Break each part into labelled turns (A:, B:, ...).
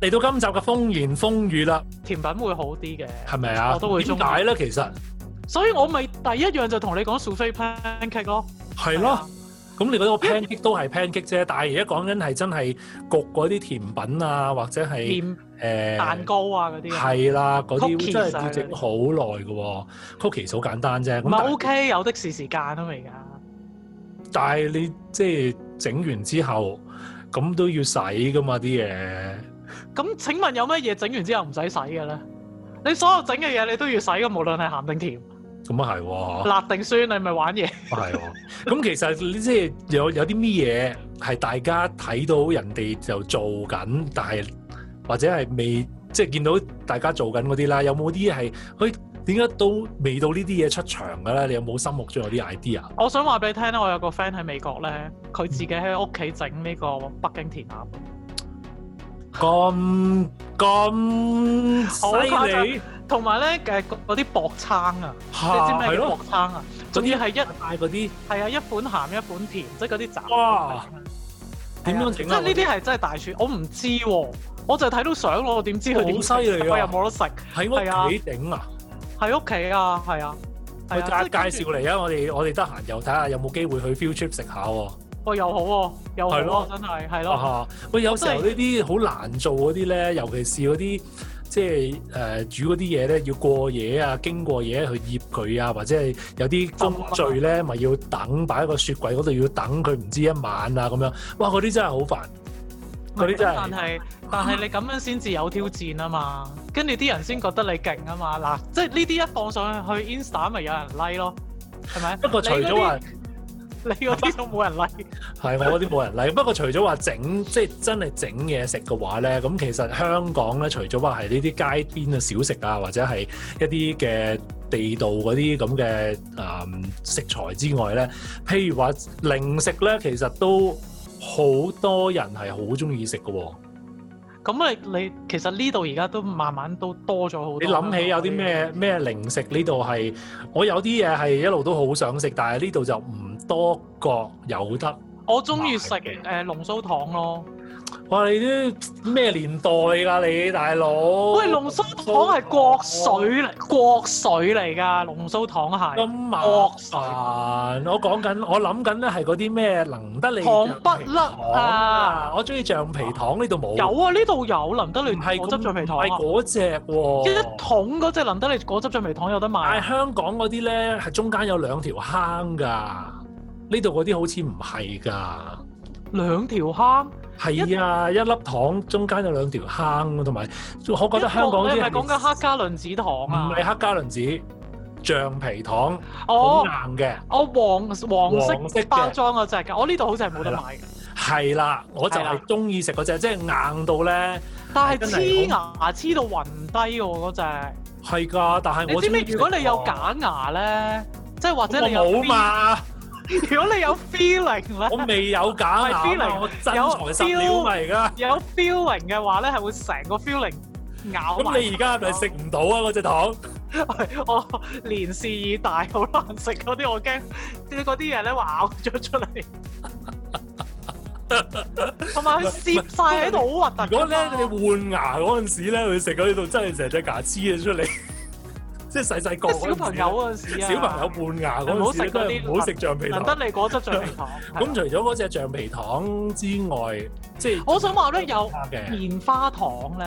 A: 嚟到今集嘅風言風語啦，
B: 甜品會好啲嘅。
A: 係咪啊？
B: 我都會
A: 點
B: 中意
A: 解咧？其實
B: 所以我咪第一樣就同你講 s u f pancake 咯。
A: 係
B: 啊
A: 咯。咁你覺得個 pancake 都係 pancake 啫，但係而家講緊係真係焗嗰啲甜品啊，或者
B: 係啊，
A: 係
B: 面
A: 誒
B: 蛋糕啊嗰啲啊。
A: 係啦，嗰啲
B: Cookies
A: 真係要整
B: 啊
A: 好耐嘅喎。cookies 好簡單啫，
B: 唔
A: 咁
B: 係
A: 但係
B: OK，有的是時間啊嘛而家。
A: 但係你即係整完之後，咁都要洗噶嘛啲嘢。
B: 咁請問有乜嘢整完之後唔使洗嘅咧？你所有整嘅嘢你都要洗嘅，無論係鹹定甜、
A: 咁啊係喎，
B: 辣定酸，你咪玩嘢。
A: 係喎。咁其實你即係有有啲咩嘢係大家睇到人哋就做緊，但係或者係未即係見到大家做緊嗰啲啦，有冇啲係佢點解都未到呢啲嘢出場㗎咧？你有冇心目中有啲 idea？
B: 我想話俾你聽咧，我有個 friend 喺美國咧，佢自己喺屋企整呢個北京填鴨，
A: 咁咁
B: 啊
A: 犀利啊
B: 同埋咧誒嗰嗰啲薄撐啊，你知
A: 嚇係
B: 唔知咩叫薄
A: 咯，
B: 撐啊？
A: 嗰
B: 仲要
A: 啲
B: 係一
A: 嗌嗰啲
B: 係啊一款鹹一款甜，即係嗰啲雜。
A: 哇
B: 啊
A: 點樣
B: 即
A: 整
B: 係
A: 啊？
B: 呢啲係真係大廚，我唔知喎、我就係睇到相咯，我點知佢點食
A: 好犀利啊
B: 我又冇得食，
A: 喺
B: 係啊
A: 屋企整啊！
B: 喺屋企啊，係啊，
A: 我
B: 係
A: 介
B: 啊，即係
A: 介紹嚟啊！我哋我哋得閒又睇下有冇機會去 field trip 食下喎。
B: 喂，又好喎、又好
A: 係咯
B: 喎、真係係咯，
A: 啊哈喂，有時候呢啲好難做嗰啲咧，尤其是嗰啲即係誒煮嗰啲嘢咧，要過夜啊，經過夜去醃佢啊，或者係有啲工序咧，咪要等擺喺個雪櫃嗰度要等佢唔知一晚啊咁樣。哇！嗰啲真係好煩，嗰啲真
B: 但
A: 係
B: 係但係你咁樣先至有挑戰啊嘛，跟住啲人先覺得你勁啊嘛，嗱，即係呢啲一放上去 Insta 咪有人 like 咯，係咪？
A: 不過除咗話
B: 你嗰啲都冇人 like，
A: 係我嗰啲冇人嚟，不過除咗話整即係真係整嘢食嘅話咧，咁其實香港咧，除咗話係呢啲街邊嘅小食啊，或者係一啲嘅地道嗰啲咁嘅誒食材之外咧，譬如話零食咧，其實都好多人係好中意食嘅喎。
B: 咁你你其實呢度而家都慢慢都多咗好多。啊
A: 你諗起有啲？咩咩零食呢度係我有啲嘢係一路都好想食，但係呢度就唔多覺有得。
B: 我中意食
A: 麻嘅
B: 誒龍鬚糖咯。
A: 哇！你啲咩年代㗎你大佬？
B: 喂，龍鬚糖係國水嚟，國水嚟㗎，龍鬚糖係
A: 咁麻
B: 惡
A: 煩，我講緊，我諗緊咧係嗰啲咩能得利
B: 糖不甩
A: 糖
B: 啊！！
A: 我中意橡皮糖呢度冇，
B: 有啊，呢度有林德利
A: 唔係
B: 果汁橡皮糖
A: 係
B: 啊，
A: 嗰只
B: 一
A: 喎。
B: 桶嗰只林德利果汁橡皮糖有得
A: 但係
B: 賣。啊
A: 香港嗰啲咧係中間有兩條坑㗎，呢度嗰啲好似唔係㗎。
B: 兩條坑，
A: 係啊，一粒糖中間有兩條坑，同埋我覺得
B: 一
A: 香港
B: 個
A: 啲
B: 你係咪
A: 人
B: 講緊黑加崙子糖
A: 唔
B: 啊？
A: 係黑加崙子，橡皮糖好
B: 哦，
A: 硬嘅。
B: 我黃黃
A: 黃色
B: 色
A: 嘅
B: 包裝嗰只㗎，我呢度好似係冇得買嘅，
A: 係啦，我就
B: 係啦
A: 係中意食嗰只，即係硬到咧
B: 但係
A: 真
B: 黐
A: 係
B: 牙黐到暈低喎嗰只。
A: 係㗎。但係
B: 你
A: 我
B: 知唔
A: 中意
B: 知
A: 食
B: 如果你有
A: 喎
B: 假牙咧，即係或者
A: 我
B: 你有
A: 冇
B: feel-
A: 嘛，
B: 如果你有 feeling 咧。
A: 我未有 假牙
B: 係
A: 嘛，
B: feeling，
A: 我真材實料咪而家。
B: 有 feeling 嘅話咧，係會成個 feeling 咬埋。
A: 咁你而家係咪食唔到啊？嗰只糖
B: 我年事已大，好難食嗰啲，我驚啲嗰啲嘢咧話咬咗 出嚟，同埋佢攝晒喺度，好核突㗎嘛。
A: 如果咧你換牙嗰陣時咧，佢食嗰度真係成隻牙黐咗出嚟， 即係細細個嗰
B: 即係小
A: 陣時
B: 朋
A: 咧
B: 友嗰陣時啊，
A: 小朋友換牙
B: 唔好
A: 嗰陣
B: 食
A: 時咧，都
B: 嗰啲
A: 係唔好食橡皮
B: 難
A: 糖。
B: 得你果汁橡皮糖。
A: 咁
B: 係啊
A: 除咗嗰只橡皮糖之外，即係
B: 我想話咧，有
A: 嘅
B: 棉花糖咧，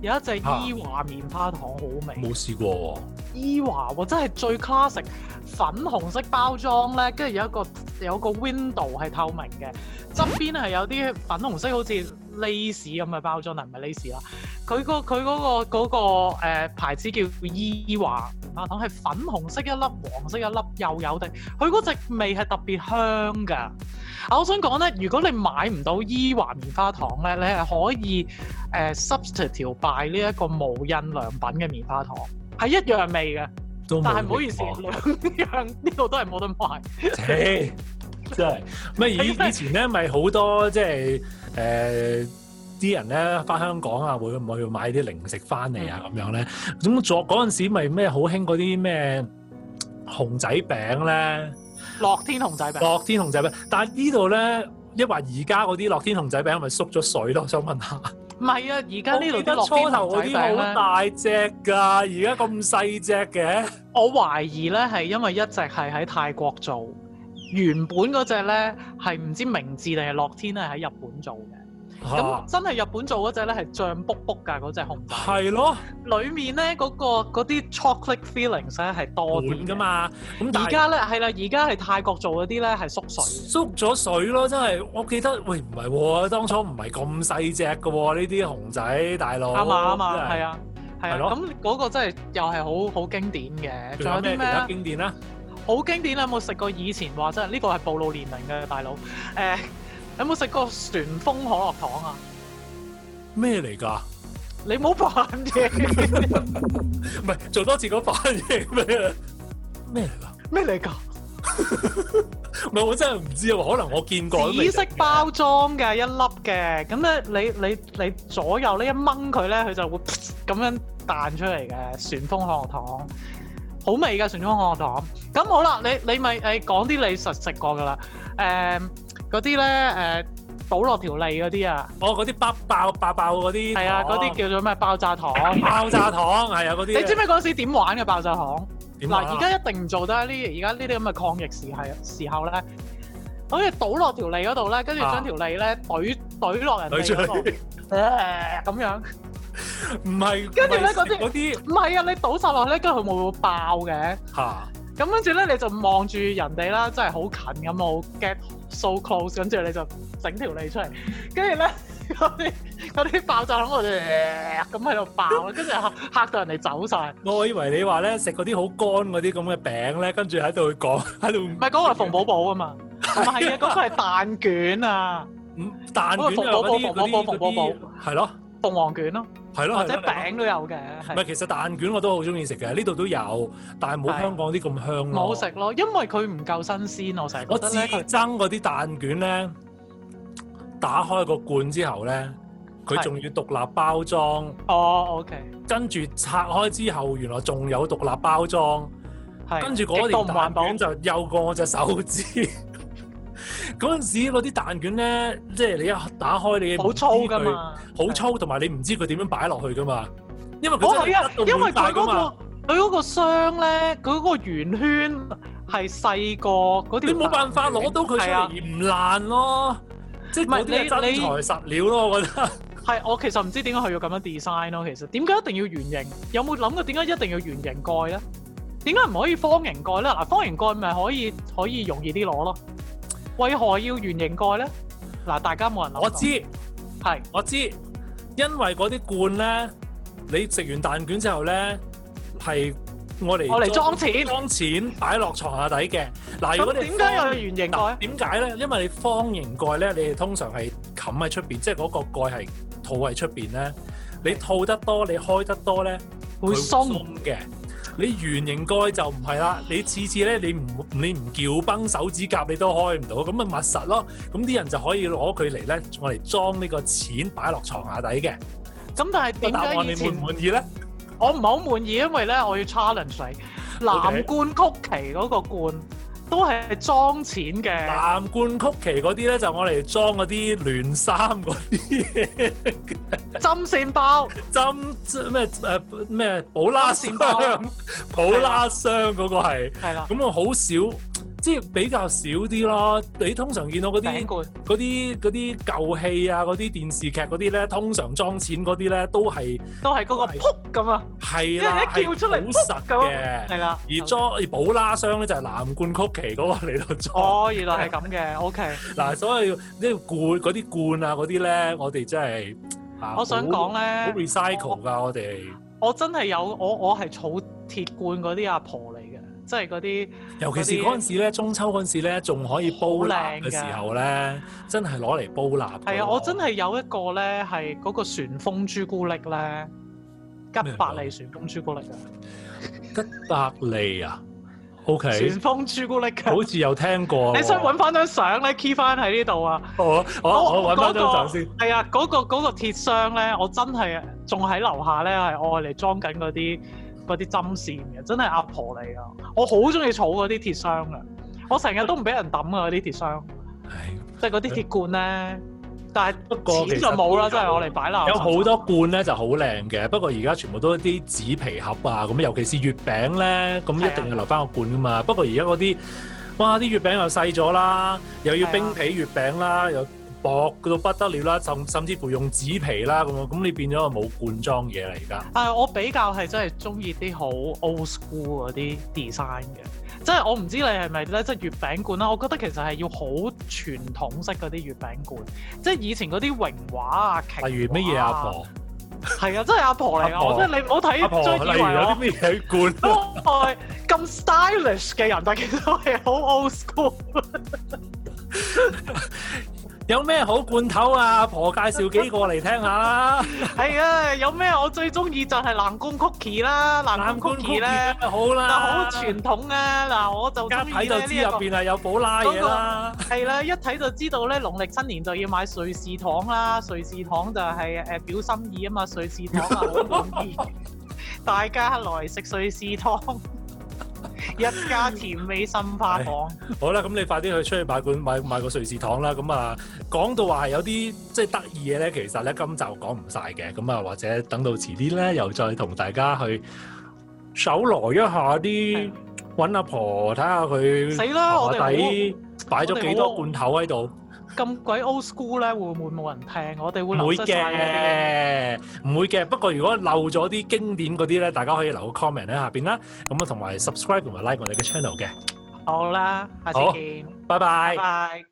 B: 有一隻伊華棉花糖好味。
A: 冇試過喎。
B: 伊華喎，真係最 classic 粉紅色包裝咧，跟住有一個有一個 window 係透明嘅，側邊係有啲粉紅色好似 lace 咁嘅包裝，但唔係 lace 啦。佢個佢嗰個嗰個呃牌子叫伊華棉花糖，係粉紅色一粒，黃色一粒，幼幼地。佢嗰隻味係特別香㗎。啊，我想講咧，如果你買唔到伊華棉花糖咧，你係可以誒、呃 substitute by 呢一個無印良品嘅棉花糖。係一樣味嘅，
A: 都冇
B: 但係唔好意
A: 食過
B: 思，兩樣 呢度都係冇得賣。
A: 切真係咪以
B: 係咩
A: 以前咧，咪好多即係誒啲人咧翻香港啊，會唔會買啲零食翻嚟
B: 嗯
A: 啊咁樣咧？咁作嗰陣時咪咩好興嗰啲咩熊仔餅咧，
B: 樂天熊仔餅，
A: 樂天熊仔餅，但係呢度咧。一話而家嗰啲樂天熊仔餅係咪縮咗水咯？我想問下，
B: 唔唔係啊，而家
A: 我
B: 呢度
A: 記
B: 啲
A: 得
B: 落
A: 初頭
B: 邊糖
A: 嗰
B: 仔
A: 啲
B: 餅
A: 好
B: 咧，
A: 大隻㗎，而家咁細隻嘅。
B: 我懷疑咧係因為一隻係喺泰國做，原本嗰只咧係唔知明治定係樂天咧喺日本做嘅。咁
A: 嚇
B: 真係日本做嗰只咧係醬卜卜㗎嗰只紅仔，
A: 係咯，
B: 裡面咧嗰、個嗰啲 chocolate feelings 咧係多
A: 換
B: 啲
A: 㗎
B: 嘅。
A: 嘛。咁但
B: 而
A: 係
B: 家咧係啦，而家係泰國做嗰啲咧係縮水嘅。
A: 縮咗水咯，真係。我記得喂唔係喎，當初唔係咁細隻㗎喎，呢啲熊仔大佬。
B: 啱啊啱
A: 哦真
B: 啊，
A: 係
B: 係啊係
A: 係
B: 啊，
A: 咯
B: 咁嗰個真係又係好好經典嘅。
A: 仲有
B: 仲有
A: 咩
B: 啲
A: 其
B: 咩
A: 他
B: 啊？
A: 經典咧？
B: 好經典啊！有冇食過以前話真係呢個係暴露年齡嘅大佬？誒、有冇食過旋風可樂糖啊？
A: 咩嚟㗎？
B: 你冇扮嘢
A: 唔係做多次嗰反應咩？咩嚟㗎？
B: 咩嚟㗎？
A: 唔係我真係唔知啊，可能我見過都未
B: 紫色包裝嘅一粒嘅，咁咧你你你左右呢一掹佢咧，佢就會 咁樣彈出嚟嘅旋風可樂糖，好味嘅旋風可樂糖。咁好啦，你你咪誒講啲你實食過㗎啦，誒嗰啲咧誒倒落條脷嗰啲啊，
A: 我哦嗰啲爆爆爆爆嗰啲
B: 係啊，嗰啲
A: 叫
B: 叫做咩爆炸糖。
A: 爆炸糖，係啊嗰啲。
B: 你知唔知嗰陣時點玩嘅爆炸糖？
A: 點
B: 嗱，
A: 玩啊
B: 而家一定唔做得呢，而家呢啲咁嘅抗疫時係時候咧，好似倒落條脷嗰度咧，跟住
A: 啊
B: 將條脷咧懟懟落人哋
A: 佢出
B: 嗰度，
A: 嚟
B: 誒咁樣。
A: 唔係
B: 跟住
A: 唔
B: 咧
A: 係嗰啲
B: 唔係啊，你倒晒落去咧，跟住佢咪會爆嘅。
A: 嚇
B: 咁跟住咧，你就望住人哋啦，真係好近咁，好 get so close，跟住你就整條脷出嚟，跟住咧 嗰啲嗰啲爆炸響度呃咁喺度爆啦，跟住嚇嚇到人哋走晒。
A: 我以為你話咧食嗰啲好乾嗰啲咁嘅餅咧，跟住喺度講喺
B: 唔
A: 度
B: 係嗰個係馮寶寶啊嘛，唔係啊，嗰個係蛋卷啊。
A: 唔蛋卷啊
B: 嗰個
A: 嗰
B: 薄
A: 啲
B: 薄
A: 嗰
B: 薄
A: 啲
B: 薄
A: 嗰
B: 薄薄
A: 啲係咯
B: 鳳凰卷咯，
A: 係咯
B: 或者
A: 係咯係咯
B: 餅都有嘅，
A: 唔係
B: 係
A: 其實蛋卷我都好中意食嘅，呢度都有，但係冇
B: 係
A: 香港啲咁香咯。
B: 冇食咯，因為佢唔夠新鮮，我成日覺
A: 我
B: 得
A: 至
B: 咧佢
A: 憎嗰啲蛋卷咧，打開個罐之後咧，佢
B: 係
A: 仲要獨立包裝，
B: 哦，OK，
A: 跟住拆開之後，原來仲有獨立包裝，
B: 係
A: 跟住嗰
B: 極度
A: 條
B: 唔環
A: 蛋
B: 保，
A: 卷就幼過我隻手指。 嗰陣時嗰啲蛋卷咧，即係你一打開你
B: 好
A: 唔知
B: 粗
A: 佢
B: 㗎，嘛，
A: 好粗，同埋你唔知佢點樣擺落去㗎嘛，因為
B: 係。我
A: 佢真
B: 係啊
A: 係，
B: 因為
A: 大
B: 佢
A: 㗎嘛。
B: 嗰個佢嗰個箱咧，佢嗰個圓圈係細過嗰條
A: 你
B: 蛋卷。
A: 冇辦法攞到佢出
B: 係
A: 嚟而
B: 啊
A: 唔爛咯，即係嗰
B: 唔係
A: 啲係
B: 你
A: 真材實料咯，我覺得。
B: 係我其實唔知點解佢要咁樣 design 咯。其實點解一定要圓形？有冇諗過點解一定要圓形蓋咧？點解唔可以方形蓋咧？嗱，方形蓋咪可以可以容易啲攞咯。為何要圓形蓋咧？嗱，大家冇人諗。
A: 我，知
B: 係
A: 我知，因為嗰啲罐咧，你食完蛋卷之後咧，係我嚟
B: 我嚟裝錢。
A: 裝錢擺落床下底嘅。嗱，如
B: 咁
A: 果你
B: 點解又
A: 方
B: 要圓
A: 嗱
B: 形蓋？
A: 點解咧？因為你方形蓋咧，你哋通常係冚喺出邊，即係嗰個蓋係套喺出邊咧。你套得多，你開得多咧。
B: 會鬆。
A: 嘅。你圓形蓋就唔係啦，你次次咧你唔你唔撬崩手指甲你都開唔到，咁咪密實咯。咁啲人就可以攞佢嚟咧，我嚟裝呢個錢擺落床下底嘅。
B: 咁但係
A: 個
B: 點
A: 答案
B: 解
A: 你
B: 以
A: 滿唔
B: 前
A: 滿意咧？
B: 我唔係好滿意，因為咧我要 challenge 你，藍罐曲奇嗰個罐都係裝錢嘅。
A: 藍罐曲奇嗰啲咧就我嚟裝嗰啲聯衫嗰啲嘢
B: 針 線包
A: 針咩誒咩普拉箱
B: 針線包
A: 普拉箱嗰個係，
B: 係啦，
A: 咁我好少即係比較少啲咯。你通常見到嗰啲
B: 餅。罐
A: 嗰啲嗰啲舊戲啊，嗰啲電視劇嗰啲咧，通常裝錢嗰啲咧都係
B: 都係嗰個撲咁啊！
A: 係啦，
B: 即係一叫出嚟啊
A: 係好實嘅。
B: 係啦，
A: 而裝而寶拉箱咧就係藍罐曲奇嗰個嚟到裝
B: 哦，原來係咁嘅，OK。
A: 嗱，所以呢個罐嗰啲罐啊嗰啲咧，我哋真係啊
B: 我想講
A: 好好
B: 咧，
A: recycle 㗎，我哋
B: 我真係有我我係儲鐵罐嗰啲阿婆嚟嘅，即係嗰啲
A: 尤其是
B: 嗰啲
A: 嗰陣時咧，中秋嗰陣時咧，仲可以煲蠟嘅時候咧，真係攞嚟煲蠟㗎喎。
B: 係啊！我真係有一個咧係嗰個旋風朱古力咧，吉百利旋風朱古力啊，
A: 吉百利啊，OK，
B: 旋風朱古力㗎。
A: 好似有啊聽過喎。
B: 你想揾翻張相咧，key 翻喺呢度啊！
A: 我我我揾翻張相先。
B: 係啊，嗰、個嗰、個鐵箱咧，我真係仲喺樓下咧，係愛嚟裝緊嗰啲嗰啲針線嘅，真係阿婆嚟啊！我好中意儲嗰啲鐵箱嘅，我成日都唔俾人抌啊嗰啲鐵箱，
A: 唉
B: 即係嗰啲鐵罐咧，但係
A: 不過其
B: 錢
A: 實
B: 就冇啦，真係我嚟擺啦。
A: 有好多罐咧就好靚嘅，不過而家全部都一啲紙皮盒啊，咁尤其是月餅咧，咁
B: 係啊
A: 一定要留翻個罐噶嘛。不過而家嗰啲，哇啲月餅又細咗啦，又要
B: 係啊
A: 冰皮月餅啦，又薄到不得了啦，甚甚至乎用紙皮啦咁樣，咁你變咗冇罐裝嘢啦而家。
B: 但係我比較係真係中意啲好 old school 嗰啲 design 嘅，即係我唔知你係咪咧，即係月餅罐啦。我覺得其實係要好傳統式嗰啲月餅罐，即係以前嗰啲榮華啊、瓊
A: 例如乜嘢
B: 華
A: 阿？婆，
B: 係啊，真係阿婆嚟
A: 阿
B: 㗎！
A: 婆
B: 我真係你唔好
A: 阿
B: 睇
A: 婆
B: 追
A: 例
B: 以
A: 如
B: 為
A: 有
B: 我
A: 啲。咩嘢罐？
B: 外咁 stylish 嘅人，但其實我係好 old school。
A: 有咩好罐頭啊？阿婆介紹幾個嚟聽下啦。
B: 係啊，有咩我最中意就係藍罐 cookie 啦，藍
A: 冷
B: 罐
A: 罐
B: cookie
A: cookie
B: 咧
A: 咧好
B: 就好
A: 啦，
B: 傳統啊！嗱，我就
A: 而
B: 中
A: 家啊
B: 意
A: 睇
B: 咧
A: 就
B: 呢
A: 知
B: 一
A: 入
B: 個
A: 邊啊係有寶拉嘢啦。
B: 係啦，一睇就知道咧，農曆新年就要買瑞士糖啦，瑞士糖就係誒表心意啊嘛，瑞士 糖啊好滿意，大家來食瑞士糖，一家甜美心花糖。
A: 好啦，咁你快啲去出去買罐買買個瑞士糖啦。咁啊，講到話係有啲即係得意嘢咧，其實咧今集講唔晒嘅。咁啊，或者等到遲啲咧，又再同大家去搜羅一下啲
B: 係
A: 揾阿婆睇下佢
B: 死啦我哋好
A: 下底擺咗幾多罐頭喺度。
B: 咁鬼 old school 咧，會唔會冇人聽？我哋會
A: 唔
B: 流
A: 會
B: 失晒啊
A: 嘅，唔會嘅。不過如果漏咗啲經典嗰啲咧，大家可以留個 comment 喺下邊啦。咁啊，同埋 subscribe 同埋 like 我哋嘅 channel 嘅。
B: 嗰啲嘢。好啦，下次
A: 好
B: 見，
A: 拜拜
B: 拜。拜。